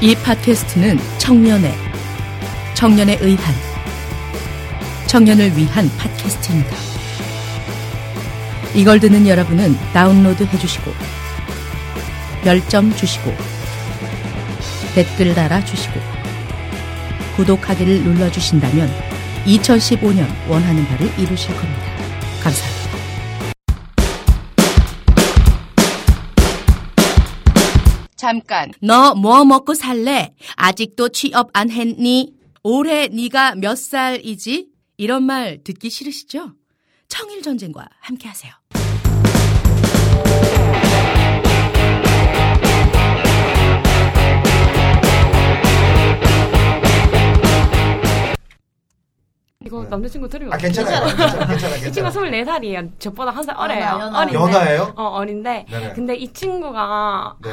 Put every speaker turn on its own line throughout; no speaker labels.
이 팟캐스트는 청년의 청년에 의한 청년을 위한 팟캐스트입니다. 이걸 듣는 여러분은 다운로드 해주시고 별점 주시고 댓글 달아주시고 구독하기를 눌러주신다면 2015년 원하는 바를 이루실 겁니다. 감사합니다. 잠깐. 너 뭐 먹고 살래? 아직도 취업 안 했니? 올해 네가 몇 살이지? 이런 말 듣기 싫으시죠? 청일 전쟁과 함께 하세요.
이거 남자친구 틀리면
아 괜찮아요. 괜찮아, 괜찮아,
이 친구가
괜찮아.
24살이에요. 저보다 한 살 어려요.
아, 연하, 연하.
어린데.
연하예요?
어, 어린데.
네네.
근데 이 친구가
네.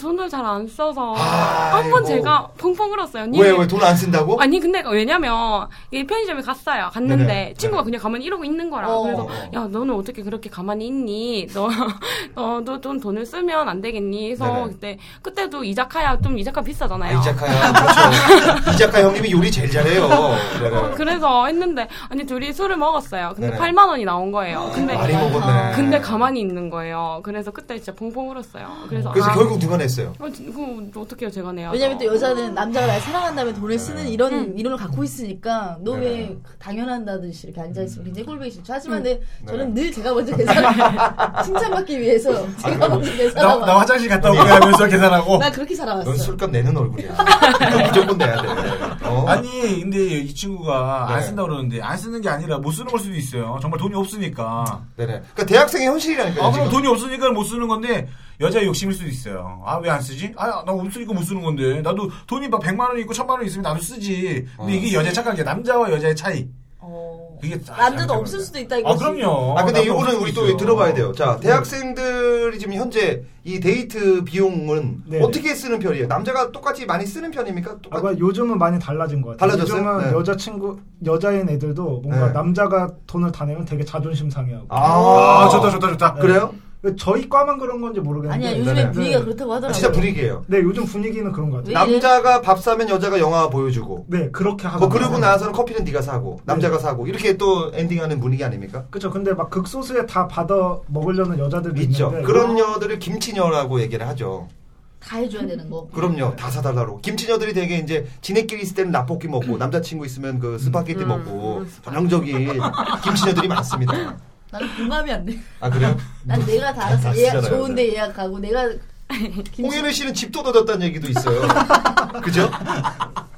돈을 잘 안 써서
아이고.
한 번 제가 펑펑 울었어요. 언니.
왜 왜 돈 안 쓴다고?
아니 근데 왜냐면 이 편의점에 갔어요. 갔는데
네네.
친구가
네네.
그냥 가만히 이러고 있는 거라.
어.
그래서 야 너는 어떻게 그렇게 가만히 있니? 너 너도 좀 돈을 쓰면 안 되겠니? 해서
네네.
그때 그때도 이자카야 좀 이자카
아,
비싸잖아요.
이자카야 그렇죠. 이자카 형님이 요리 제일 잘해요. 네, 네.
어, 그래서 했는데 아니 둘이 술을 먹었어요. 근데
네네.
8만 원이 나온 거예요. 근데
많이 먹었네.
어, 근데 가만히 있는 거예요. 그래서 그때 진짜 펑펑 울었어요. 그래서,
그래서
아,
결국 누가 냈어요?
어, 지- 그거 어떻게 해요, 제가 내요?
왜냐면 또 여자는 남자가 날 사랑한 다음에 돈을 쓰는 이런
음.
이론을 갖고 있으니까 너 왜
네.
당연한다듯이 이렇게 앉아있으면 굉장히 꼴보기 싫죠. 하지만
음.
네, 저는 늘 제가 먼저 계산을 칭찬받기 위해서
아,
제가 먼저
나,
계산하고
나 화장실 갔다 오게 하면서 계산하고.
나 그렇게 살아왔어.
넌 술값 내는 얼굴이야. 넌 무조건 내야 돼. 어?
아니 근데 이 친구가 안
네.
쓴다 고 그러는데 안 쓰는 게 아니라 못 쓰는 걸 수도 있어요. 정말 돈이 없으니까.
네네. 그러니까 대학생의 현실이라니까요.
아 그럼
지금.
돈이 없으니까 못 쓰는 건데 여자의 욕심일 수도 있어요. 아 왜 안 쓰지? 아나 없으니까 못 쓰는 건데 나도 돈이 막 백만 원 있고 천만 원 있으면 나도 쓰지. 근데
어.
이게 여자 착각이야. 남자와 여자의 차이.
어.
그게
남자도 없을 수도 있다
아
이거지.
그럼요.
아 근데
남자
이거는
없을
우리
수도
또
음. 있어요. 네.
들어봐야 돼요. 자 대학생들이 지금 현재 이 데이트 비용은
네.
어떻게 쓰는 편이에요? 남자가 똑같이 많이 쓰는 편입니까? 똑같이.
아마 그러니까 요즘은 많이 달라진 것 같아요.
달라졌어요?
요즘은
네.
여자친구, 여자인 애들도 뭔가
네.
남자가 돈을 다 내면 되게 자존심 상해하고.
아 좋다 좋다 좋다.
그래요?
저희 과만 그런 건지 모르겠는데.
아니야 요즘에
네네.
분위기가
네.
그렇다고
아,
하더라고.
진짜 분위기예요.
네, 요즘 분위기는 그런 것 같아요.
왜?
남자가 밥 사면 여자가 영화 보여주고.
네, 그렇게 하고.
뭐 그러고 나서는 커피는 네가 사고 남자가 사고 이렇게 또 엔딩하는 분위기 아닙니까?
그쵸. 근데 막 극소수에 다 받아 먹으려는 여자들도
있죠. 네.
있는데.
그런 여들을 김치녀라고 얘기를 하죠.
다 해줘야 되는 거.
그럼요. 다 사달라고. 김치녀들이 되게 이제 지네끼리 있을 때는 라볶이 먹고 남자친구 있으면 그 스파게티 먹고 전형적인 김치녀들이 많습니다.
나는 공감이 안 돼.
아 그래요?
난 내가 다 알아서
다
예약
쓰잖아요,
좋은데 예약하고 내가
홍현우 씨는 집도 얻었다는 얘기도 있어요. 그죠?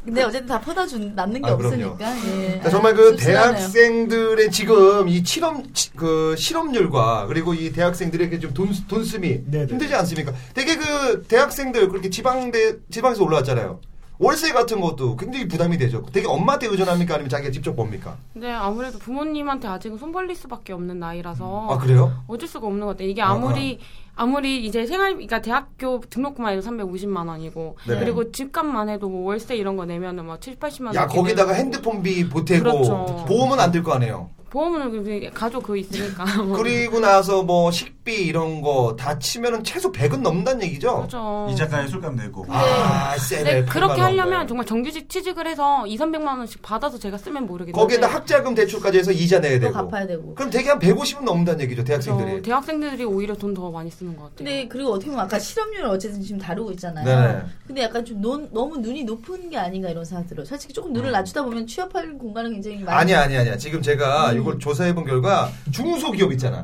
근데 어쨌든 다 퍼다 준 남는 게
아, 그럼요.
없으니까. 예.
자, 정말 그
씁쓸하네요.
대학생들의 지금 이 실험 치- 그 실업률과 그리고 이 대학생들에게 좀돈 돈쓰미
네네.
힘들지 않습니까? 되게 그 대학생들 그렇게 지방대 지방에서 올라왔잖아요. 월세 같은 것도 굉장히 부담이 되죠. 되게 엄마한테 의존합니까? 아니면 자기가 직접 봅니까?
근데 아무래도 부모님한테 아직은 손 벌릴 수밖에 없는 나이라서
아 그래요?
어쩔 수가 없는 것 같아요. 이게
아,
아무리 아무리 이제 생활 그러니까 대학교 등록금만 해도 350만 원이고
네.
그리고 집값만 해도 뭐 월세 이런 거 내면은 막 7, 80만 원.
야
이렇게
거기다가
내고.
핸드폰비 보태고
그렇죠.
보험은 안 될 거 아니에요.
보험은 그- 가족 그거 있으니까.
그리고 나서 뭐 식비 이런 거 다 치면은 최소 100은 넘는다는 얘기죠.
그렇죠.
이 작가의 술값 내고.
아,
근데
세네.
그렇게 하려면 정말 정규직 취직을 해서 2, 300만 원씩 받아서 제가 쓰면 모르겠는데
거기에다 학자금 대출까지 해서 이자 내야
또
되고.
갚아야 되고.
그럼 대개 한 150은 넘는다는 얘기죠,
저
어,
대학생들이.
대학생들이 오히려 돈 더 많이 쓰는 것 같아요.
근데 그리고 어떻게 보면 아까 실업률을 어쨌든 지금 다루고 있잖아요.
네네.
근데 약간 좀 논- 너무 눈이 높은 게 아닌가 이런 생각 들어요. 솔직히 조금 눈을 낮추다 보면 취업할 공간은 굉장히 많이
음.
음.
아니, 아니, 아니야. 지금 제가 이걸 조사해본 결과 중소기업 있잖아.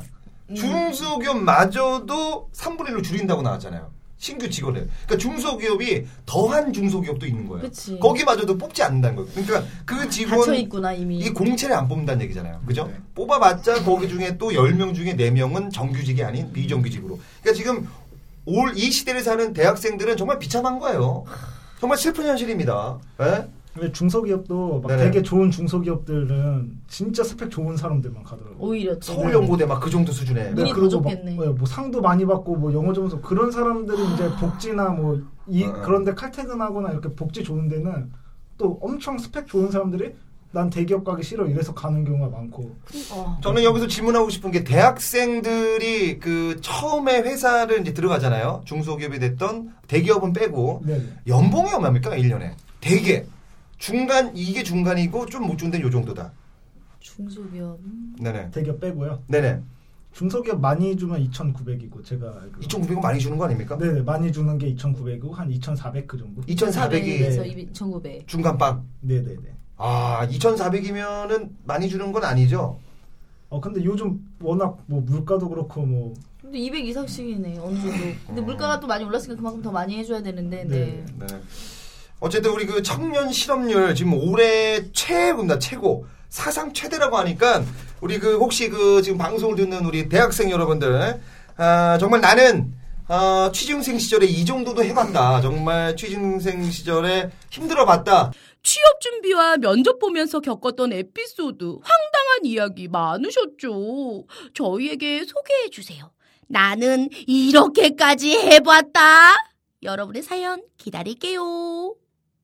중소기업마저도 3분의 1로 줄인다고 나왔잖아요. 신규 직원을. 그러니까 중소기업이 더한 중소기업도 있는 거예요.
그치.
거기마저도 뽑지 않는다는 거예요. 그러니까 그
갇혀
직원
있구나 이미.
이 공채를 안 뽑는다는 얘기잖아요. 그죠?
네.
뽑아봤자 거기 중에 또 10명 중에 4명은 정규직이 아닌 비정규직으로. 그러니까 지금 올 이 시대를 사는 대학생들은 정말 비참한 거예요. 정말 슬픈 현실입니다. 예?
근데 중소기업도 막
네네.
되게 좋은 중소기업들은 진짜 스펙 좋은 사람들만 가더라고요.
오히려 또.
서울연고대 막 그 정도 수준에.
눈이
그리고
더
막,
좁겠네.
예, 뭐 상도 많이 받고 뭐 영어 점수 그런 사람들이
아.
이제 복지나 뭐 이,
어, 어.
그런데 칼퇴근하거나 이렇게 복지 좋은 데는 또 엄청 스펙 좋은 사람들이 난 대기업 가기 싫어 이래서 가는 경우가 많고
어.
저는 여기서 질문하고 싶은 게 대학생들이 그 처음에 회사를 이제 들어가잖아요. 중소기업이 됐던 대기업은 빼고
네.
연봉이 얼마입니까? 1년에. 대개. 중간 이게 중간이고 좀 못 준데 요 정도다.
중소기업. 음.
네네.
대기업 빼고요.
네네.
중소기업 많이 주면 2,900이고 제가 알기로.
2,900은 많이 주는 거 아닙니까?
네, 많이 주는 게 2,900이고 한 2,400 그 정도.
2,400이 네.
400에서 2,900.
중간 빵.
네, 네, 네.
아, 2,400이면은 많이 주는 건 아니죠.
어 근데 요즘 워낙 뭐 물가도 그렇고 뭐
근데 200 이상씩이네 어느 정도. 근데 물가가 또 많이 올랐으니까 그만큼 더 많이 해줘야 되는데. 네.
네.
네. 어쨌든 우리 그 청년 실업률 지금 올해 최고입니다. 최고. 사상 최대라고 하니까 우리 그 혹시 그 지금 방송을 듣는 우리 대학생 여러분들 아, 정말 나는 아, 취준생 시절에 이 정도도 해봤다. 정말 취준생 시절에 힘들어봤다.
취업 준비와 면접 보면서 겪었던 에피소드, 황당한 이야기 많으셨죠. 저희에게 소개해 주세요. 나는 이렇게까지 해봤다. 여러분의 사연 기다릴게요.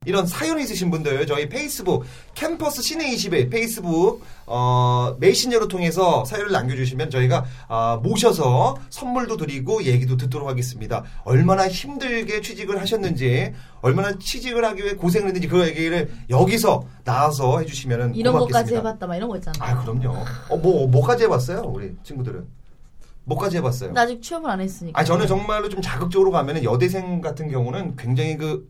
이런 사연 있으신 분들 저희 페이스북 캠퍼스 시내 21 페이스북 어, 메신저로 통해서 사연을 남겨주시면 저희가 아, 모셔서 선물도 드리고 얘기도 듣도록 하겠습니다. 얼마나 힘들게 취직을 하셨는지 얼마나 취직을 하기 위해 고생을 했는지 그 얘기를 여기서 나와서 해주시면
이런 것까지
고맙겠습니다.
해봤다 막 이런 거 있잖아.
아 그럼요. 어, 뭐 뭐까지 해봤어요 우리 친구들은? 뭐까지 해봤어요?
나 아직 취업을 안 했으니까.
아
네.
저는 정말로 좀 자극적으로 가면은 여대생 같은 경우는 굉장히 그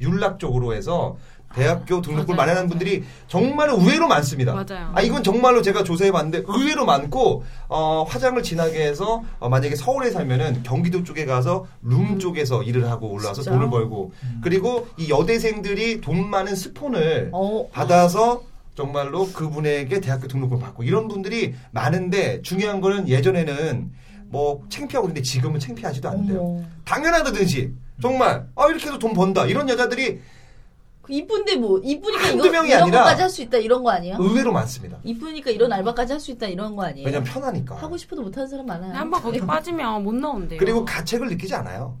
윤락 쪽으로 해서 대학교 등록을
맞아요,
마련한
맞아요.
분들이 정말 의외로 많습니다.
맞아요.
아 이건 정말로 제가 조사해봤는데 의외로 많고 어, 화장을 진하게 해서 어, 만약에 서울에 살면은 경기도 쪽에 가서 룸
음.
쪽에서 일을 하고 올라와서
진짜?
돈을 벌고 그리고 이 여대생들이 돈 많은 스폰을
어,
네. 받아서 정말로 그분에게 대학교 등록금 받고 이런 분들이 많은데 중요한 거는 예전에는 뭐 창피하고 그런데 지금은 창피하지도 않대요.
어머.
당연하다든지 정말 아 이렇게 해서 돈 번다 이런 여자들이
그 이쁜데 뭐 이쁘니까 이거
한두 명이
이런
아니라
것까지 할 수 있다 이런 거 아니야?
의외로 많습니다.
이쁘니까 이런 알바까지 할 수 있다 이런 거 아니에요?
왜냐면 편하니까.
예. 하고 싶어도 못하는 사람 많아요.
네, 한번 거기 빠지면 못 나온대요.
그리고 가책을 느끼지 않아요.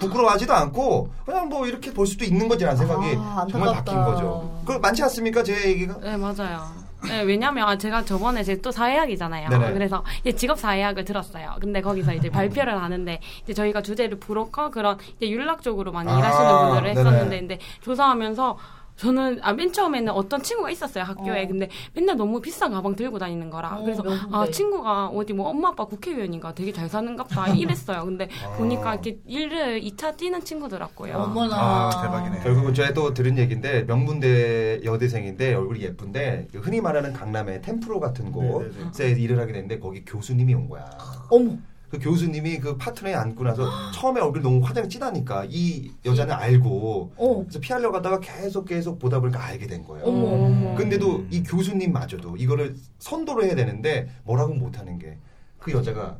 부끄러워하지도 않고 그냥 뭐 이렇게 볼 수도 있는 거지라는 생각이
아, 안타깝다.
정말 바뀐 거죠. 그 많지 않습니까 제 얘기가?
네, 맞아요. 네, 왜냐면 아, 제가 저번에 이제 또 사회학이잖아요.
네네.
그래서 이제 직업 사회학을 들었어요. 근데 거기서 이제 발표를 하는데 이제 저희가 주제를 브로커 그런 이제 윤락 쪽으로 많이
아,
일하시는 분들을
네네.
했었는데 근데 조사하면서 저는 아, 맨 처음에는 어떤 친구가 있었어요 학교에
어.
근데 맨날 너무 비싼 가방 들고 다니는 거라
어,
그래서
명품백.
아 친구가 어디 뭐 엄마 아빠 국회의원인가 되게 잘 사는갑다 이랬어요 근데
아.
보니까 이렇게 일을 2차 뛰는 친구더라고요
어머나.
아, 대박이네.
결국은 제가 또 들은 얘기인데 명문대 여대생인데 얼굴이 예쁜데 그 흔히 말하는 강남의 템프로 같은
네네네.
곳에 일을 하게 됐는데 거기 교수님이 온 거야.
어머.
그 교수님이 그 파트너에 앉고 나서 처음에 얼굴 너무 화장 진하니까 이 여자는 알고
어.
그래서 피하려고 하다가 계속 계속 보다 보니까 알게 된 거예요.
어머.
어머.
근데도 이 교수님마저도 이거를 선도를 해야 되는데 뭐라고 못하는 게 그 여자가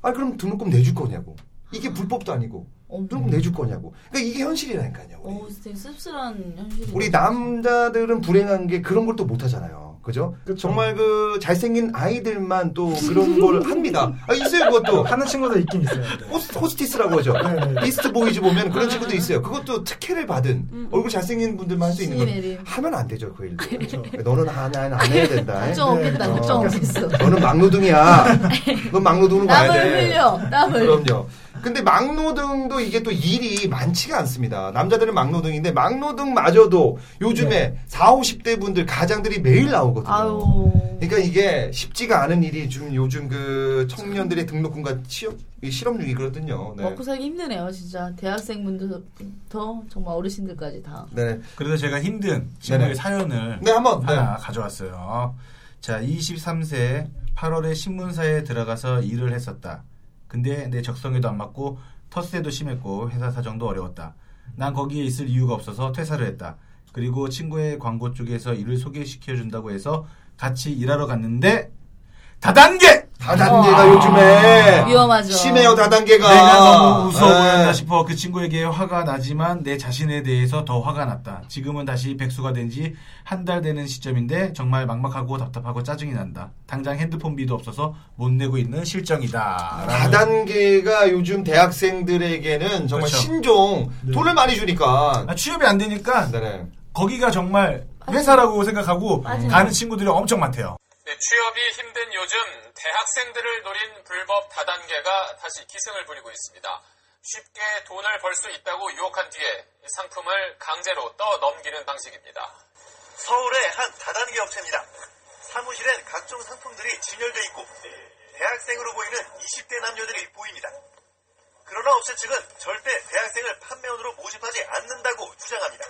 아 그럼 등록금 내줄 거냐고 이게 불법도 아니고
어머.
등록금 내줄 거냐고 그러니까 이게 현실이라니까요. 우리.
어, 되게 씁쓸한 현실이.
우리 남자들은 불행한 게 그런 걸 또 못하잖아요. 그죠?
그쵸.
정말 그 잘생긴 아이들만 또 그런 걸 합니다. 아, 있어요, 그것도.
하는 친구도 있긴 있어요. 네.
호스, 호스티스라고 하죠.
네, 네.
비스트 보이즈 보면 그런 친구도 있어요. 그것도 특혜를
음,
받은 얼굴 잘생긴 분들만 할 수 있는
신메림.
건 하면 안 되죠, 그 일들.
그렇죠.
너는 안, 안, 안 해야 된다.
걱정 없겠다.
네.
걱정
어.
없겠어.
너는 막노동이야. 넌 막노동으로 가야
땀을
돼.
흘려. 땀을.
그럼요. 근데 막노동도 이게 또 일이 많지가 않습니다. 남자들은 막노동인데 막노동마저도 요즘에 40, 50대 분들 가장들이 매일 나오거든요.
네. 아유.
그러니까 이게 쉽지가 않은 일이 지금 요즘 그 청년들의 등록금과 취업 이 실업률이 그렇거든요. 네.
먹고 살기 힘드네요, 진짜. 대학생분들부터 정말 어르신들까지 다.
네.
그래서 제가 힘든 친구의
네네.
사연을
네, 한번. 네.
하나 가져왔어요. 자, 23세 8월에 신문사에 들어가서 일을 했었다. 근데 내 적성에도 안 맞고 텃세도 심했고 회사 사정도 어려웠다. 난 거기에 있을 이유가 없어서 퇴사를 했다. 그리고 친구의 광고 쪽에서 일을 소개시켜 준다고 해서 같이 일하러 갔는데 다단계!
다단계가
어.
요즘에
위험하죠.
심해요 다단계가.
내가 네, 너무 무서워
네.
보인다 싶어 그 친구에게 화가 나지만 내 자신에 대해서 더 화가 났다. 지금은 다시 백수가 된 지 한 달 되는 시점인데 정말 막막하고 답답하고 짜증이 난다. 당장 핸드폰비도 없어서 못 내고 있는 실정이다. 라는.
다단계가 요즘 대학생들에게는 정말
그렇죠.
신종 돈을 많이 주니까.
아, 취업이 안 되니까
네. 네.
거기가 정말 회사라고 생각하고
맞아요.
가는 친구들이 엄청 많대요.
네, 취업이 힘든 요즘 대학생들을 노린 불법 다단계가 다시 기승을 부리고 있습니다. 쉽게 돈을 벌 수 있다고 유혹한 뒤에 상품을 강제로 떠넘기는 방식입니다.
서울의 한 다단계 업체입니다. 사무실엔 각종 상품들이 진열돼 있고 대학생으로 보이는 20대 남녀들이 보입니다. 그러나 업체 측은 절대 대학생을 판매원으로 모집하지 않는다고 주장합니다.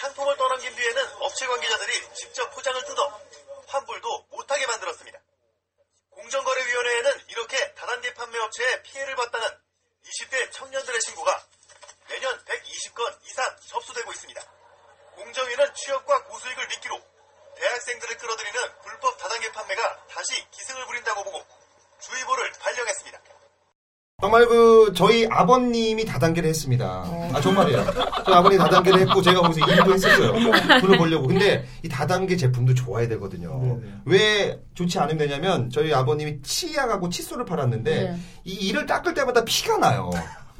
상품을 떠넘긴 뒤에는 업체 관계자들이 직접 포장을 뜯어 환불도 못하게 만들었습니다. 공정거래위원회에는 이렇게 다단계 판매업체에 피해를 봤다는 20대 청년들의 신고가 매년 120건 이상 접수되고 있습니다. 공정위는 취업과 고수익을 미끼로 대학생들을 끌어들이는 불법 다단계 판매가 다시 기승을 부린다고 보고 주의보를 발령했습니다.
정말 그 저희 아버님이 다단계를 했습니다. 아 정말이에요. 저희 아버님 다단계를 했고 제가 거기서 일도 했었어요. 돈을 벌려고. 근데 이 다단계 제품도 좋아야 되거든요.
네네.
왜 좋지 않으면 되냐면 저희 아버님이 치약하고 칫솔을 팔았는데
네.
이 이를 닦을 때마다 피가 나요.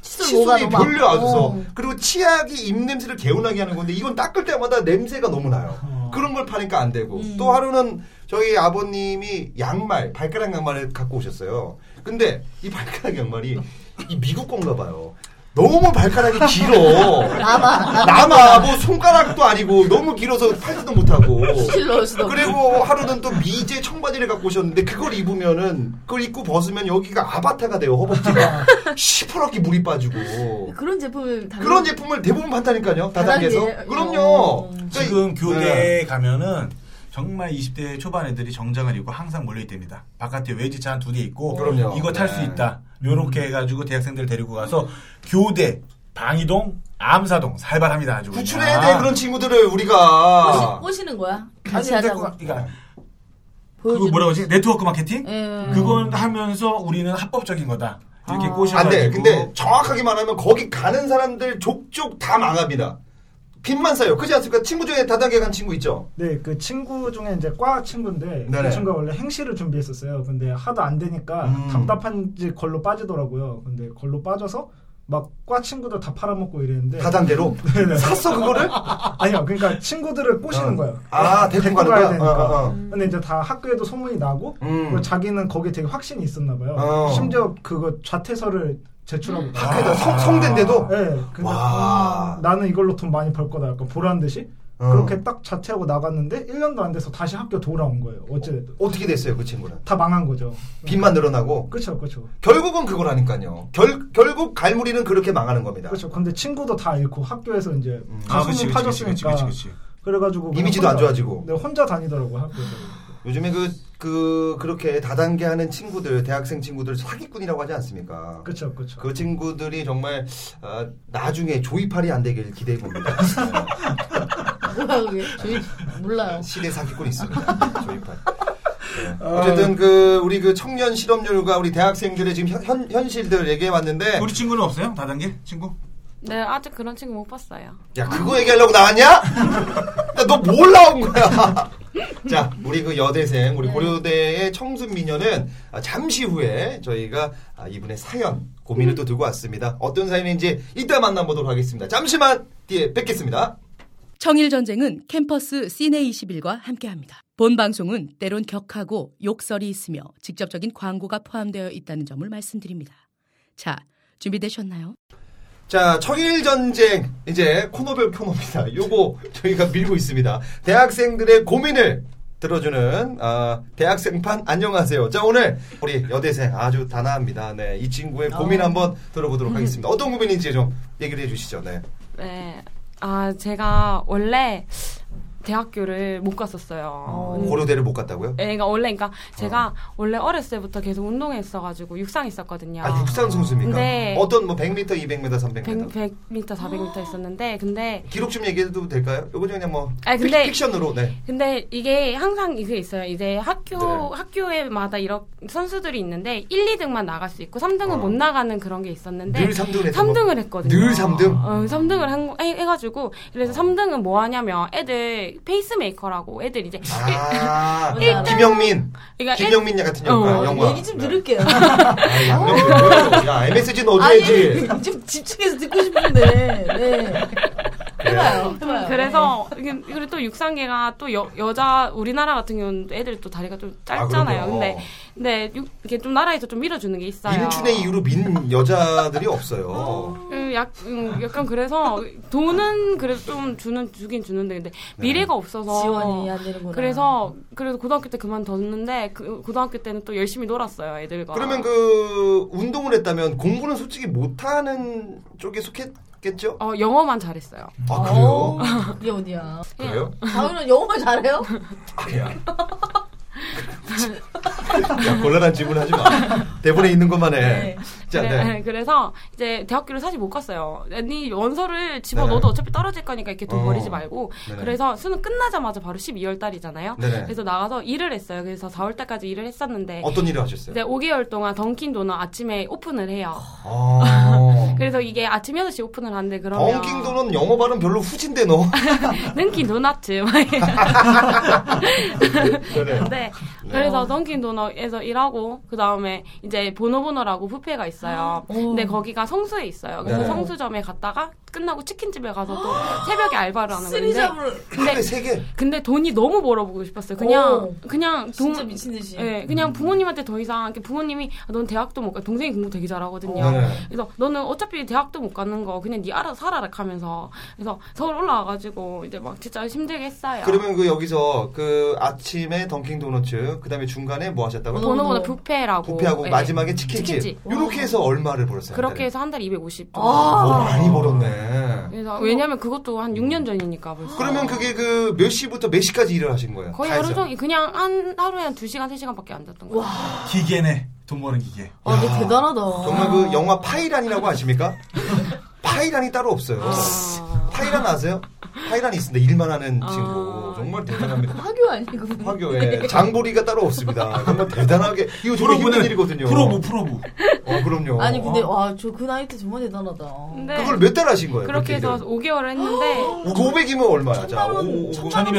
칫솔 뭐가
칫솔이
너무 아파.
별로 안 써서
어.
그리고 치약이 입 냄새를 개운하게 하는 건데 이건 닦을 때마다 냄새가 너무 나요. 그런 걸 파니까 안 되고
음.
또 하루는 저희 아버님이 양말 발가락 양말을 갖고 오셨어요. 근데 이 발가락 양말이 이 미국 건가 봐요. 너무 발가락이 길어.
남아,
남아 뭐 손가락도 아니고 너무 길어서 팔지도 못하고.
칫솔 넣을 수도 없고.
그리고 하루는 또 미제 청바지를 갖고 오셨는데 그걸 입으면은 그걸 입고 벗으면 여기가 아바타가 돼요 허벅지가 시퍼렇게 물이 빠지고
그런 제품을 다
그런 제품을 대부분 판다니까요. 다단계에서.
다단계.
그럼요.
어.
그러니까
지금
이-
교대에
네.
가면은 정말 20대 초반 애들이 정장을 입고 항상 몰려있답니다. 바깥에 외지차 한 두 대 있고
그럼요.
이거 탈 수
네.
있다. 요렇게 해가지고 대학생들 데리고 가서 교대, 방이동, 암사동 살발합니다. 아주
구출해야 돼 그런 친구들을 우리가
꼬시, 꼬시는 거야.
같이
같이
하자고.
하자고.
그러니까 그거
보여주는
뭐라고 하지? 네트워크 마케팅?
예.
그건 하면서 우리는 합법적인 거다. 이렇게 꼬셔가지고
안 돼. 근데 정확하게 말하면 거기 가는 사람들 족족 다 망합니다. 빚만 쌓여. 그렇지 않습니까? 친구 중에 다단계 간 친구 있죠.
네, 그 친구 중에 이제 과 친구인데
네네.
그 친구가 원래 행시를 준비했었어요. 근데 하도 안 되니까
음.
답답한지 걸로 빠지더라고요. 근데 걸로 빠져서 막 과 친구들 다 팔아먹고
네.
이랬는데
다단계로 샀어 그거를?
아니요, 그러니까 친구들을 꼬시는
어.
거예요.
아, 데리고 가는
가야
거야?
되니까.
어, 어, 어.
근데 이제 다 학교에도 소문이 나고
음.
그리고 자기는 거기에 되게 확신이 있었나 봐요.
어.
심지어 그거 좌태서를 제출하고
학교에다 성- 성대인데도
네, 근데
와.
음, 나는 이걸로 돈 많이 벌 거다 약간 보란 듯이
어.
그렇게 딱 자퇴하고 나갔는데 1년도 안 돼서 다시 학교 돌아온 거예요. 어쨌든
어떻게 됐어요 그 친구는?
다 망한 거죠.
빚만 늘어나고
그렇죠, 그렇죠,
결국은 그거라니까요. 결 결국 갈무리는 그렇게 망하는 겁니다.
그렇죠. 근데 친구도 다 잃고 학교에서 이제
아,
가슴이
그치, 그치,
파졌으니까
그치, 그치, 그치.
그래가지고 그냥
이미지도 안 좋아지고.
네, 혼자 다니더라고 학교에서.
요즘에 그, 그, 그렇게 다단계 하는 친구들, 대학생 친구들 사기꾼이라고 하지 않습니까?
그렇죠, 그렇죠.
그 친구들이 정말, 아, 나중에 조이팔이 안 되길 기대해 봅니다.
뭐야 그게? 저희 몰라요.
시대 사기꾼 있습니다. 조이팔. 네. 어쨌든 그, 우리 그 청년 실업률과 우리 대학생들의 지금 현, 현, 현실들 얘기해 왔는데,
우리 친구는 없어요? 다단계 친구?
네, 아직 그런 친구 못 봤어요.
야, 그거 얘기하려고 나왔냐? 야, 너 뭘 나온 거야? 자, 우리 그 여대생, 우리 고려대의 청순 미녀는 아, 잠시 후에 저희가 아, 이분의 사연, 고민을 또 들고 왔습니다. 어떤 사연인지 이따 만나보도록 하겠습니다. 잠시만 뒤에 뵙겠습니다.
청일 전쟁은 캠퍼스 시내 21과 함께합니다. 본 방송은 때론 격하고 욕설이 있으며 직접적인 광고가 포함되어 있다는 점을 말씀드립니다. 자, 준비되셨나요?
자, 청일전쟁, 이제 코너별 코너입니다. 요거 저희가 밀고 있습니다. 대학생들의 고민을 들어주는, 아, 대학생판 안녕하세요. 자, 오늘 우리 여대생 아주 단아합니다. 네, 이 친구의 고민
아.
한번 들어보도록 하겠습니다. 어떤 고민인지 좀 얘기를 해주시죠. 네.
네. 아, 제가 원래 대학교를 못 갔었어요. 음.
고려대를 못 갔다고요?
예, 그러니까 원래 그러니까 제가 원래 어렸을 때부터 계속 운동했어가지고 육상했었거든요.
아, 육상 선수입니까?
네.
어떤 뭐 100m, 200m, 300m.
100, 100m, 400m
아.
있었는데 근데
기록 좀 얘기해도 될까요? 요거 그냥 뭐
아니, 근데-
픽- 픽션으로 네.
근데 이게 항상 이게 있어요. 이제 학교
네.
학교에마다 이런 선수들이 있는데 1, 2등만 나갈 수 있고 3등은
어.
못 나가는 그런 게 있었는데
늘 3등을 했던 거.
3등을 했거든요.
늘 3등?
어, 3등을 한, 거- 해, 가지고 그래서 3등은 뭐 하냐면 애들 페이스메이커라고 애들 이제
아,
일단-
김영민.
그러니까 일-
김영민 같은 영화.
어,
영화.
얘기 좀
네.
들을게요.
아, 양념이 뭐예요? 야, MSG
아니
넣어줘야지.
좀 집중해서 듣고 싶은데. 네.
그래.
좋아요. 좋아요.
음, 그래서 이게- 그리고 또 육상계가 또 여, 여자 우리나라 같은 경우는 애들이 또 다리가 좀
아,
짧잖아요.
그럼요.
근데 근데 육- 이게 좀 나라에서 좀 밀어주는 게 있어요.
임춘의 이후로 민 여자들이 없어요.
음, 약, 음, 약간 그래서 돈은 그래도 좀 주는 주긴 주는데
네.
근데 미래가 없어서
지원이 안 되는구나.
그래서 그래서 고등학교 때 그만뒀는데 그, 고등학교 때는 또 열심히 놀았어요 애들과.
그러면 그 운동을 했다면 공부는 솔직히 못하는 쪽에 속했겠죠?
어 영어만 잘했어요. 예.
아 그래요?
어, 이게 어디야?
그래요?
다은은 영어만 잘해요?
아니야. 야, 곤란한 질문 하지 마. 대본에 있는 것만 해.
네.
자,
그래,
네.
서 이제 대학교를 사실 못 갔어요. 아니 원서를 집어넣어도
네.
어차피 떨어질 거니까 이렇게 돈
어.
버리지 말고
네.
그래서 수능 끝나자마자 바로 12월 달이잖아요.
네네.
그래서 나가서 일을 했어요. 그래서 4월 달까지 일을 했었는데
어떤 일을 하셨어요?
이제 5개월 동안 던킨 도넛 아침에 오픈을 해요.
아.
그래서 이게 아침 8시 오픈을 하는데 그러면
엉킹도는 영어 발음 별로 후진데 너.
던킨 도넛츠 막 이래.
그래.
네. 그래서 던킨 도넛에서 일하고 그 다음에 이제 보노보노라고 뷔페가 있어요. 근데 거기가 성수에 있어요. 그래서
네.
성수점에 갔다가 끝나고 치킨집에 가서 또 새벽에 알바를 하는 건데.
쓰리잡을
하루에 세 개.
근데 돈이 너무 벌어보고 싶었어요. 그냥
오.
그냥 돈
진짜 미친 듯이.
예, 그냥 부모님한테 더 이상 이렇게 부모님이 아, 넌 대학도 못 가. 동생이 공부 되게 잘하거든요.
네.
그래서 너는 어차피 대학도 못 가는 거 그냥 네 알아서 살아라 하면서 그래서 서울 올라와가지고 이제 막 진짜 힘들게 했어요.
그러면 그 여기서 그 아침에 던킹 도너츠, 그다음에 중간에 뭐 하셨다고?
번호 번호 부패라고
부페하고
예.
마지막에 치킨집.
치킨집.
이렇게 해서 얼마를 벌었어요?
그렇게 해서 음. 한 달에 250. 정도.
오,
아.
많이 벌었네.
그래서 왜냐면 그것도 한 6년 전이니까 벌써.
그러면 그게 그 몇 시부터 몇 시까지 일을 하신 거예요?
거의
다
하루
해서.
종일 그냥 한 하루에 한 2시간 3시간밖에 안 잤던 거예요.
기계네. 돈 버는 기계.
아, 근데 대단하다.
정말 그 영화 파이란이라고 아십니까? 파이란이 따로 없어요.
아.
파이란 아세요? 파이란이 있습니다. 일만 하는 친구. 정말 대단합니다.
학교 아니고.
화교에 장보리가 따로 없습니다. 정말 대단하게 이거 정말 힘든 일이거든요.
프로부 프로부.
어, 그럼요.
아니 근데
어.
와 저 그 나이 때 정말 대단하다.
근데
그걸 몇 달 하신 거예요?
그렇게 해서 5개월을 했는데
500이면 얼마야? 자, 오- 오-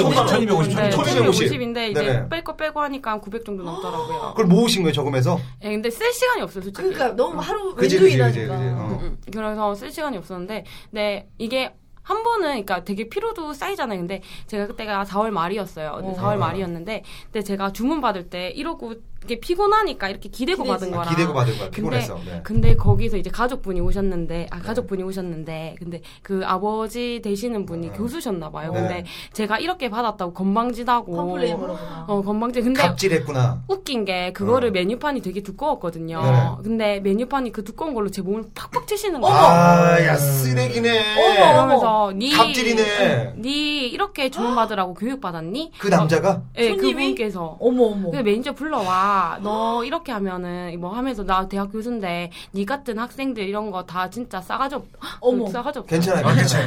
네,
1250.
1250.
1250인데
네네. 아.
이제 뺄 거 빼고 하니까 900 정도 넘더라고요.
그걸 모으신 거예요, 저금에서?
예, 근데 쓸 시간이 없어요, 솔직히.
그러니까 너무 하루
음. 그지,
왼쪽
그지, 그지, 그지.
일하니까.
어.
음, 그래서 쓸 시간이 없었는데, 네, 이게 한 번은, 그러니까 되게 피로도 쌓이잖아요. 근데 제가 그때가 4월 말이었어요. 근데 4월 말이었는데, 근데 제가 주문 받을 때 이러고 이게 피곤하니까 이렇게 기대고 받은
아,
거라.
기대고 받은 거야.
근데-
피곤해서. 네.
근데 거기서 이제 가족분이 오셨는데 아 가족분이 오셨는데 근데 그 아버지 되시는 분이 교수셨나 봐요.
네.
근데 제가 이렇게 받았다고 건방지다고
컴플레인 거라구나.
어 건방지 근데
갑질했구나.
웃긴 게 그거를
어.
메뉴판이 되게 두꺼웠거든요.
네.
근데 메뉴판이 그 두꺼운 걸로 제 몸을 팍팍 치시는 거예요.
아, 야, 쓰레기네.
어머, 어머.
그러면서 니
갑질이네.
니 이렇게 주문 받으라고 교육 받았니?
그 남자가?
예,
손님이?
그분께서
어머 어머.
그 매니저 불러와. 너 이렇게 하면은 뭐 하면서 나 대학 교수인데 니 같은 학생들 이런 거 다 진짜 싸가지 없.
어머.
싸가지 없.
괜찮아요. 괜찮아요.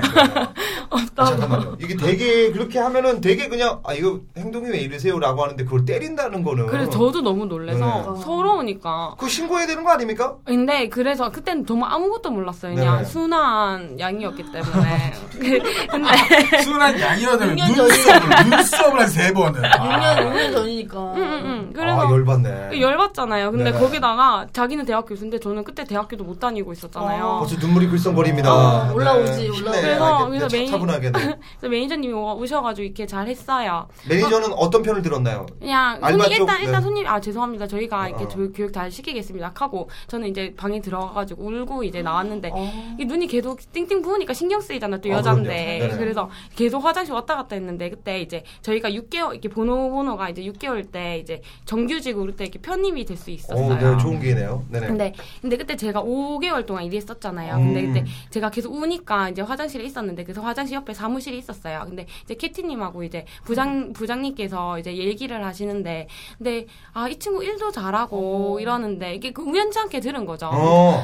아, 잠깐만요. 이게 되게 그렇게 하면은 되게 그냥 아 이거 행동이 왜 이러세요라고 하는데 그걸 때린다는 거는
그래서 저도 너무 놀래서
네.
서러우니까.
그거 신고해야 되는 거 아닙니까?
근데 그래서 그때는 정말 아무것도 몰랐어요. 그냥
네.
순한 양이었기 때문에. 근데
순한 양이라면
6년
눈썹을 눈썹을 한 세 아, 번을.
6년 6년 전이니까.
응, 응, 응. 그래서
아 열받네.
열받잖아요. 근데
네.
거기다가 자기는 대학 교수인데 저는 그때 대학교도 못 다니고 있었잖아요.
어.
벌써 눈물이 글썽거립니다.
아, 올라오지, 올라오지.
네,
어, 그래서-
알겠네.
그래서 메인-
차분하게. 네.
그래서 매니저님이 오- 오셔가지고 이렇게 잘 했어요.
매니저는 어떤 편을 들었나요?
그냥
알바
손님
쪽,
일단 일단
네.
손님 아 죄송합니다 저희가 이렇게
어.
조- 교육 잘 시키겠습니다 하고 저는 이제 방에 들어가가지고 울고 이제 나왔는데 이 눈이 계속 띵띵 부으니까 신경 쓰이잖아 또
아,
여잔데
그럼요. 네네.
그래서 계속 화장실 왔다 갔다 했는데 그때 이제 저희가 6개월 이렇게 번호 번호가 이제 6개월 때 이제 정규직으로 때 이렇게 편입이 될 수 있었어요.
오, 네, 좋은 기회네요. 네네.
음. 근데 근데 그때 제가 5개월 동안 일했었잖아요. 근데
음.
그때 제가 계속 우니까 이제 화장실에 있었는데 그래서 화장실 옆에 사무실이 있었어요. 근데 이제 캐티님하고 이제 부장 부장님께서 이제 얘기를 하시는데 근데 아 이 친구 일도 잘하고 이러는데 이게 그 우연찮게 들은 거죠.
어.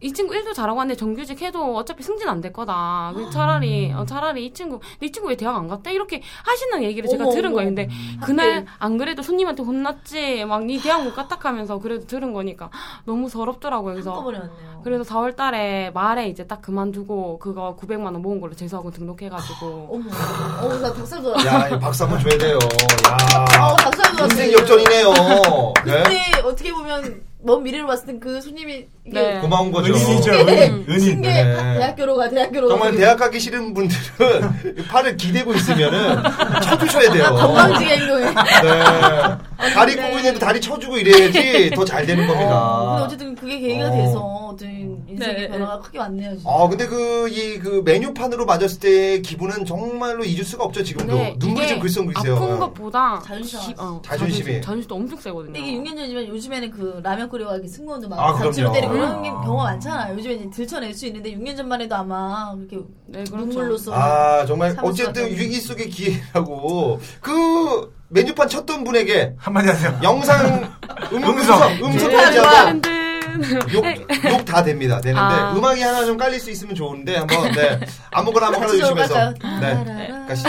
이 친구 일도 잘하고 하는데 정규직 해도 어차피 승진 안 될 거다. 그래서 차라리 어, 차라리 이 친구 근데 이 친구 왜 대학 안 갔대? 이렇게 하시는 얘기를 제가
어머,
들은
어머. 음. 네.
거예요. 근데 그날 안 그래도 손님한테 혼났지. 막 네 대학 못 갔다 하면서 그래도 들은 거니까 너무 서럽더라고요. 그래서
한꺼번에 왔네요.
그래서 4월 달에 말에 이제 딱 그만두고 그거 900만 원 모은 걸로 재수하고 등록해 가지고
어머. 어머 나 닭살 돋아.
야, 이거 박수 한번 줘야 돼요. 야.
어, 박수 한번
인생
주세요.
역전이네요.
근데 어떻게 보면 먼 미래로 봤을 땐 그 손님이 이게
네.
고마운 거죠.
은인이죠,
네.
은인. 은인.
신기해.
네.
아, 대학교로 가, 대학교로 가.
정말 대학 가기 싫은 분들은 팔을 기대고 있으면은 쳐주셔야 돼요.
건방지게 아, 행동해.
네. 다리 꼬고 있는데 다리 쳐주고 이래야지 더 잘 되는
근데
겁니다.
어쨌든 그게 계기가
아. 어.
돼서 어쨌든 인생의
네.
변화가 크게 왔네요. 진짜.
아 근데 그 이 그 메뉴판으로 맞았을 때의 기분은 정말로 잊을 수가 없죠 지금도 눈물이
이게
네. 좀 글썽글썽해요. 어.
아픈 것보다
네. 자존심
기-
상하죠.
어,
자존심이.
자존심, 자존심도 엄청 세거든요.
이게 6년 전이지만 요즘에는 그 라면 끓여가기 승무원도
아,
막
그럼요.
단추로 때리고 그런 게
아.
경우가 많잖아요. 요즘에 이제 들춰낼 수 있는데 6년 전만 해도 아마 그렇게
네, 그렇죠.
눈물로써
아 정말
참을 수가
어쨌든
없는.
위기 속의 기회라고 그 메뉴판 쳤던 분에게
한마디 하세요.
영상 음,
음성.
음성 음성
네.
편지하고
네.
욕욕 다 됩니다 되는데
아.
음악이 하나 좀 깔릴 수 있으면 좋은데 한번 네 아무거나 한번
같이 좀
깔아주시면서
갈까요?
네
따라라라.
가시죠.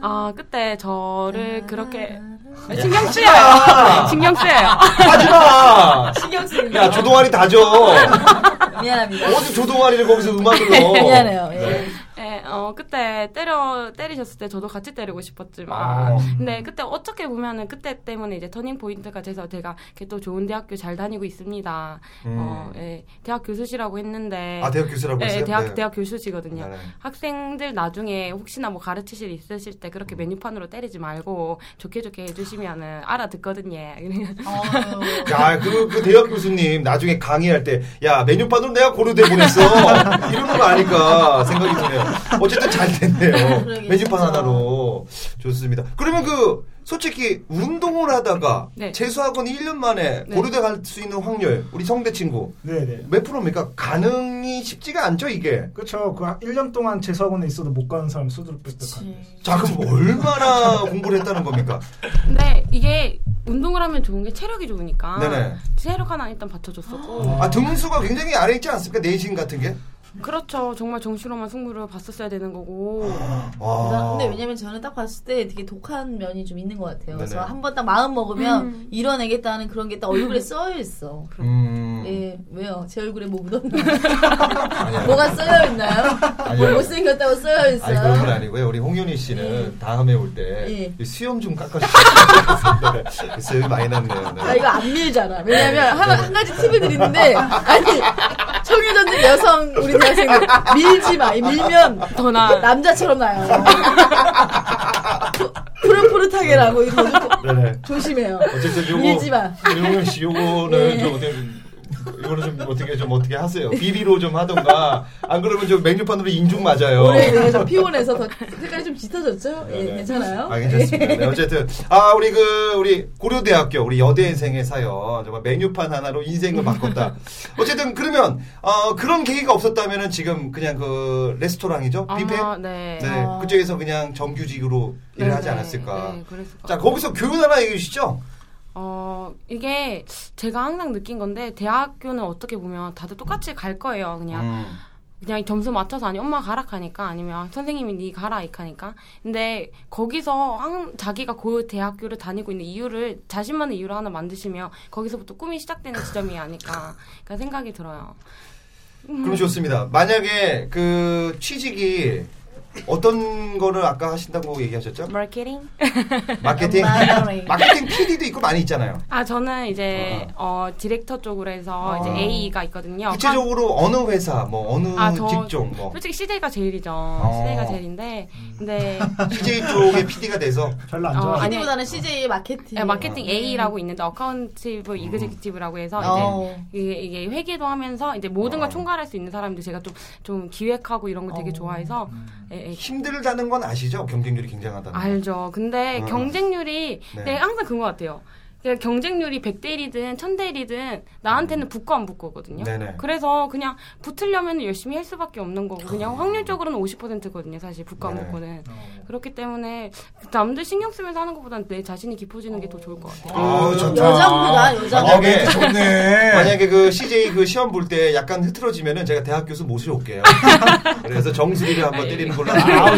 아 그때 저를 그렇게
예.
따라라라.
신경 쓰여요. 신경 쓰여요.
하지마
아, 신경 쓰이네.
야 조동아리 다져
미안합니다.
어디 조동아리를 거기서 음악으로
미안해요. 예.
네, 어 그때 때려 때리셨을 때 저도 같이 때리고 싶었지만,
아.
근데 그때 어떻게 보면은 그때 때문에 이제 터닝 포인트가 돼서 제가 이렇게 또 좋은 대학교 잘 다니고 있습니다. 어, 예, 대학 교수시라고 했는데,
음. 아 대학 교수라고
예,
했어요?
대학
네.
대학 교수시거든요.
네, 네.
학생들 나중에 혹시나 뭐 가르치실 있으실 때
음.
그렇게 메뉴판으로 때리지 말고 좋게 좋게 해주시면은 알아듣거든요. 그래서
아유.
야, 그, 그 대학 교수님 나중에 강의할 때, 야, 메뉴판으로 내가 고려대 보냈어. 이러는 거 아닐까 생각이 드네요. 어쨌든 잘 됐네요.
아, 그러게,
메뉴판
진짜.
하나로. 좋습니다. 그러면 그, 솔직히 운동을 하다가
네.
재수학원 1년 만에
네.
고려대 갈 수 있는 확률, 우리 성대 친구.
네네.
몇 프로입니까? 가능이 쉽지가 않죠, 이게.
그렇죠. 그 1년 동안 재수학원에 있어도 못 가는 사람 수두룩했던
자, 그럼 얼마나 공부를 했다는 겁니까?
근데 이게 운동을 하면 좋은 게 체력이 좋으니까
네네.
체력 하나 일단 받쳐줬었고.
아, 등수가 굉장히 아래 있지 않습니까? 내신 같은 게?
그렇죠. 정말 정시로만 승부를 봤었어야 되는 거고.
아.
근데 왜냐면 저는 딱 봤을 때 되게 독한 면이 좀 있는 것 같아요. 그래서
네네.
한 번 딱 마음 먹으면 이뤄내겠다는 그런 게 딱 얼굴에 써여 있어.
음.
예, 왜요? 제 얼굴에 뭐 묻었나요? 뭐가 써여 있나요? 뭐 못생겼다고 써여
아니 그런 건
있어요? 네.
아니고요. 우리 홍윤희 씨는 다음에 올 때 수염 좀 깎아주세요. 수염이 많이 났네요. 네.
아, 이거 안 밀잖아. 왜냐면 한, 한 가지 팁을 드리는데, 아니, 청일전쟁 여성 우리 대학생들 밀지 마. 이 밀면
더 나.
남자처럼 나요. 푸- 푸릇푸릇하게 라고 이거
네네.
조심해요.
어쨌든 요거
밀지 마.
홍윤 씨 요거는
예.
좀 어떻게 이거는 좀 어떻게 좀 어떻게 하세요. 비비로 좀 하던가 안 그러면 좀 메뉴판으로 인중 맞아요.
올해 내가 좀 피곤해서 더 색깔이 좀 짙어졌죠? 예,
네.
괜찮아요?
아, 괜찮습니다. 네, 어쨌든 아 우리 그 우리 고려대학교 우리 여대생의 사연 정말 메뉴판 하나로 인생을 바꿨다. 어쨌든 그러면 어 그런 계기가 없었다면은 지금 그냥 그 레스토랑이죠 뷔페
아마 네.
네
아.
그쪽에서 그냥 정규직으로 일을 하지 않았을까.
네, 그랬을 것
자
같아요.
거기서 교훈 하나 얘기해 주시죠.
어, 이게 제가 항상 느낀 건데 대학교는 어떻게 보면 다들 똑같이 갈 거예요. 그냥
음.
그냥 점수 맞춰서 아니 엄마 가라 하니까 아니면 선생님이 니 가라 이 하니까. 근데 거기서 항 자기가 그 대학교를 다니고 있는 이유를 자신만의 이유를 하나 만드시면 거기서부터 꿈이 시작되는 지점이 아닐까 그러니까 생각이 들어요.
그럼 좋습니다. 만약에 그 취직이 어떤 거를 아까 하신다고 얘기하셨죠?
마케팅?
마케팅
마케팅.
마케팅 PD도 있고 많이 있잖아요.
아 저는 이제 어 디렉터 쪽으로 해서 이제 A가 있거든요.
아. 구체적으로 어느 회사, 뭐 어느
어, 아, 저-
직종, 뭐 어.
솔직히 CJ가 제일이죠. CJ가 제일인데, 근데
DJ 쪽의 PD가 돼서
별로 안
어,
좋아.
아니,
아니보다는 CJ 마케팅.
네,
아.
마케팅 A라고 있는데 어카운티브 아, 이그제큐티브라고 해서
어.
이제 이게, 이게 회계도 하면서 이제 모든
어.
걸 총괄할 수 있는 사람인데 제가 좀 좀 기획하고 이런 거 되게 좋아해서
음.
예, 예.
힘들다는 건 아시죠? 경쟁률이 굉장하다는. 거.
알죠. 근데
음.
경쟁률이
네.
네, 항상 그런 것 같아요. 그러니까 경쟁률이 100대 1이든 1000대 1이든 나한테는 붙고 안 붙고거든요.
음. 네네.
그래서 그냥 붙으려면 열심히 할 수밖에 없는 거고 그냥 확률적으로는 50%거든요. 사실 붙고 안
아. 네네.
붙고는.
어.
그렇기 때문에 남들 신경 쓰면서 하는 것보다는 내 자신이 깊어지는 게 더 좋을 것 같아요.
아, 좋다. 아,
여자 무다 여자
어,
무
멘트 좋네.
만약에 그 CJ 그 시험 볼 때 약간 흐트러지면은 제가 대학 교수 모셔올게요. 그래서 정수리를
네.
한번 때리는 걸로.
아,
아,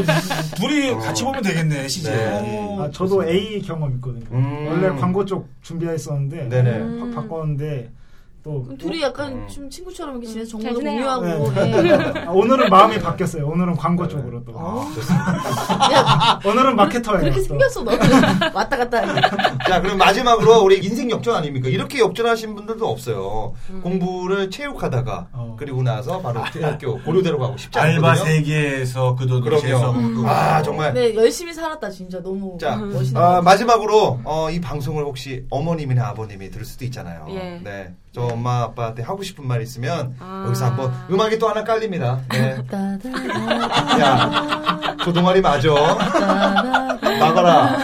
둘이 같이 보면 되겠네, 시즌.
네.
아, 저도 A 경험 있거든요.
음.
원래 광고 쪽 준비했었는데
네네.
확 바꿨는데 또
음. 그럼 둘이 약간
어.
좀 친구처럼 이렇게 지내서 정보도
잘 지내요.
공유하고
네.
예.
아, 오늘은 마음이 바뀌었어요. 오늘은 광고 쪽으로 또.
아.
오늘은 마케터예요.
그렇게
또.
생겼어 너 왔다 갔다 하니까.
자, 그럼 마지막으로 우리 인생 역전 아닙니까? 이렇게 역전하신 분들도 없어요.
음.
공부를 체육하다가
어.
그리고 나서 바로 대학교 고려대로 가고 싶지 않거든요.
아. 알바 세계에서 그 돈을 재서
그럼요. 아, 정말.
네 열심히 살았다 진짜 너무
자,
멋있는
아, 마지막으로 어, 이 방송을 혹시 어머님이나 아버님이 들을 수도 있잖아요.
예.
네, 저 엄마 아빠한테 하고 싶은 말 있으면
아.
여기서 한번 음악이 또 하나 깔립니다. 네.
따다다,
야, 저 동아리 맞아.
따다다.
막아라.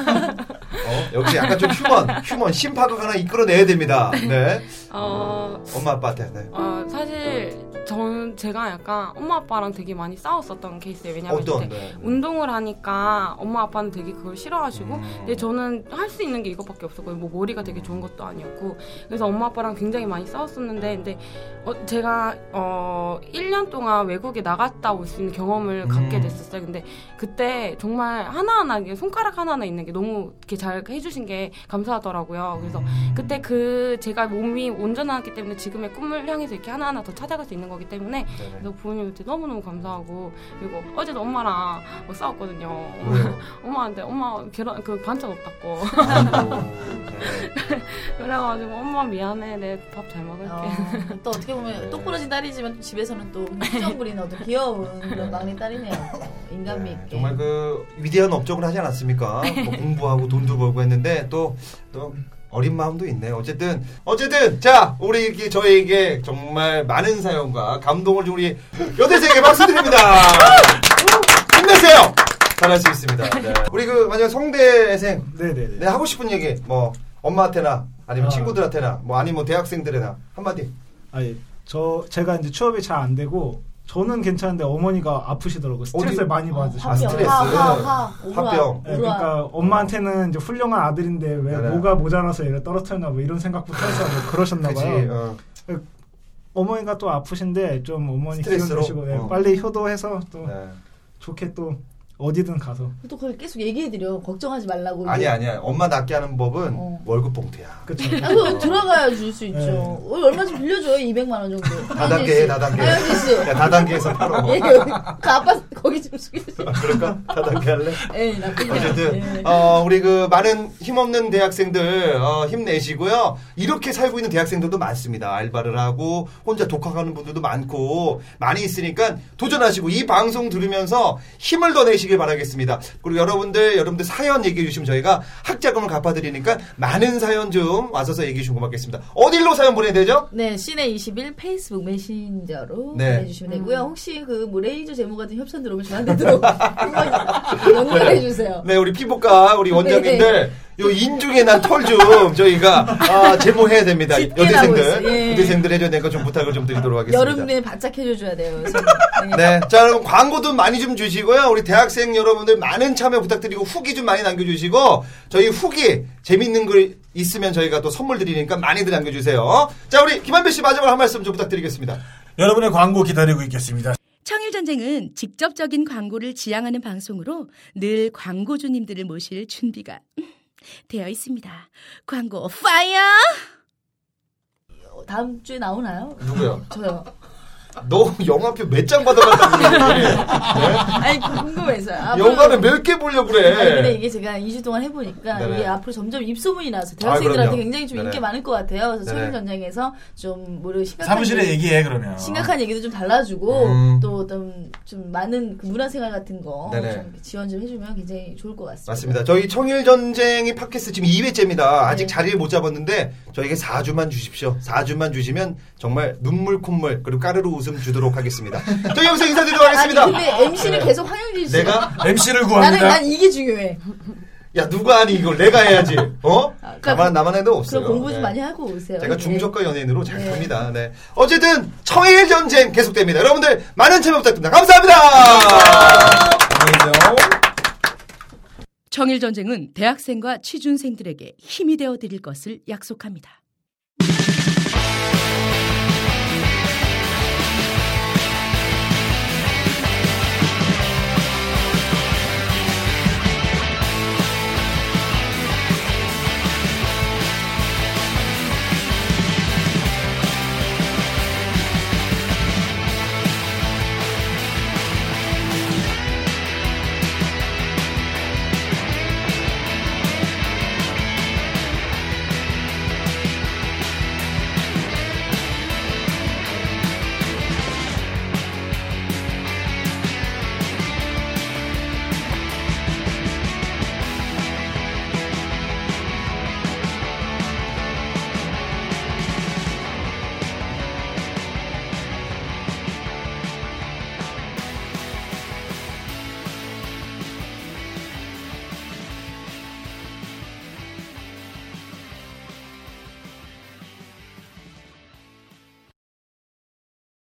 어, 역시 약간 좀 휴먼, 휴먼 심파극 하나 이끌어내야 됩니다. 네,
어,
엄마 아빠한테. 네.
어, 사실 저는 제가 약간 엄마 아빠랑 되게 많이 싸웠었던 케이스예요. 왜냐면
어떤?
이제
네.
운동을 하니까 엄마 아빠는 되게 그걸 싫어하시고 근데 저는 할 수 있는 게 이것밖에 없었거든요. 뭐 머리가 되게 좋은 것도 아니었고 그래서 엄마 아빠랑 굉장히 많이 싸웠었는데 근데 어, 제가 어 1년 동안 외국에 나갔다 올 수 있는 경험을 갖게 됐었어요. 근데 그때 정말 하나하나 이게 손가락 하나하나 있는 게 너무 이렇게 잘 해주신 게 감사하더라고요. 그래서 그때 그 제가 몸이 온전하기 때문에 지금의 꿈을 향해서 이렇게 하나하나 더 찾아갈 수 있는 거기 때문에
네.
그래서 부모님한테 너무너무 감사하고 그리고 어제도 엄마랑 뭐 싸웠거든요.
네. 왜요?
엄마한테 엄마 계란 그 반찬 없다고
네.
그래가지고 엄마 미안해 내 밥 잘 먹을게.
어, 또 어떻게
네.
보면 똑부러진 딸이지만 집에서는 또 흑정 부리는 어떤 귀여운 그런 막내 딸이네요. 어, 인간미
네,
있게.
정말 그 위대한 업적을 하지 않았습니까? 뭐 공부하고 돈도 벌고 했는데 또 또 어린 마음도 있네요. 어쨌든 어쨌든 자 우리 이렇게 저에게 정말 많은 사연과 감동을 준 우리 여대생에게 박수 드립니다. 힘내세요. 잘할 수 있습니다. 네. 우리 그 만약 성대생
네네네.
네, 하고 싶은 얘기 뭐 엄마한테나 아니면
아.
친구들한테나 뭐 아니면 대학생들에나 한마디.
아니 저 제가 이제 취업이 잘 안 되고 저는 괜찮은데 어머니가 아프시더라고 스트레스
어디-
를 많이
아,
받으셨어요.
스트레스.
하하하. 아,
화병.
네, 그러니까 엄마한테는 이제 훌륭한 아들인데 왜
네네.
뭐가 모자라서 얘를 떨어뜨렸나 뭐 이런 생각부터 해서 뭐 그러셨나
그치.
봐요.
어.
어머니가 또 아프신데 좀 어머니 기운
스트레스로?
내시고 네,
어.
빨리 효도해서 또
네.
좋게 또 어디든 가서
또 그걸 계속 얘기해드려. 걱정하지 말라고.
아니 아니야. 엄마 낫게 하는 법은
어.
월급 봉투야.
그쵸
아, 그거 들어가야 줄 수 있죠.
네.
어, 얼마 좀 빌려줘요, 200만 원 정도.
다단계 해, 다단계.
하영진 씨.
야, 그러니까 다단계에서 바로.
예, 여기, 그 아빠, 거기 좀 숙여주세요.
그럴까? 다단계 할래?
예, 나쁘지 않아요.
어쨌든
예.
어, 우리 그 많은 힘없는 대학생들 어, 힘내시고요. 이렇게 살고 있는 대학생들도 많습니다. 알바를 하고 혼자 독학하는 분들도 많고 많이 있으니까 도전하시고 이 방송 들으면서 힘을 더 내시길 바라겠습니다. 그리고 여러분들 여러분들 사연 얘기해 주시면 저희가 학자금을 갚아드리니까 많은 사연 좀 와서서 얘기해 주시면 고맙겠습니다. 어디로 사연 보내야 되죠?
네, 시내 21 페이스북 메신저로
네.
보내주시면 되고요. 혹시 그 뭐 레이저 제모 같은 협찬 들어오면 저한테 들어 연결해 주세요.
네, 우리 피부과 우리 원장님들
네.
요 인중에 난 털 좀 저희가 아, 제모해야 됩니다.
짙게
여대생들
나오고 있어요. 예.
여대생들 해줘야 되니까 좀 부탁을 좀 드리도록 하겠습니다.
여름에 바짝 해줘줘야 돼요. 그래서. 네.
네, 자 여러분 광고도 많이 좀 주시고요. 우리 대학생 여러분들 많은 참여 부탁드리고 후기 좀 많이 남겨주시고 저희 후기 재밌는 글 있으면 저희가 또 선물 드리니까 많이들 남겨주세요. 자 우리 김한배 씨 마지막으로 한 말씀 좀 부탁드리겠습니다.
여러분의 광고 기다리고 있겠습니다.
청일전쟁은 직접적인 광고를 지향하는 방송으로 늘 광고주님들을 모실 준비가 되어 있습니다. 광고 파이어!
어, 다음 주에 나오나요?
누구요?
저요.
너 영화표 몇 장 받아갔다고
아니 궁금해서요. 앞으로-
영화를 몇 개 보려고
아니, 근데
그래.
이게 제가 2주 동안 해보니까
네네.
이게 앞으로 점점 입소문이 나서
아,
대학생들한테
그럼요.
굉장히 좀
네네.
인기 많을 것 같아요. 그래서
네네.
청일 전쟁에서 좀 뭐를 심각한
사무실에
일-
얘기해 그러면.
심각한 얘기도 좀 달라주고
음.
또 어떤 좀 많은 그 문화생활 같은 거
네네.
좀 지원 좀 해주면 굉장히 좋을 것 같습니다.
맞습니다. 저희 청일전쟁이 팟캐스트 지금 2회째입니다. 아직
네.
자리를 못 잡았는데 저에게 4주만 주십시오. 4주만 주시면 정말 눈물 콧물 그리고 까르르 웃음 주도록 하겠습니다. 저희 여기서 인사드리도록
아니
하겠습니다.
근데 MC는 계속 황영진 씨.
내가
MC를
나는
구합니다.
난 이게 중요해.
야 누가 아니 이걸 내가 해야지. 어?
아, 그러니까
나만 나만 해도 없어요.
그럼 공부 좀
네.
많이 하고 오세요.
제가
네.
중저가 연예인으로 잘
네.
갑니다. 네. 어쨌든 청일 전쟁 계속됩니다. 여러분들 많은 참여 부탁드립니다. 감사합니다.
청일전쟁은 대학생과 취준생들에게 힘이 되어 드릴 것을 약속합니다.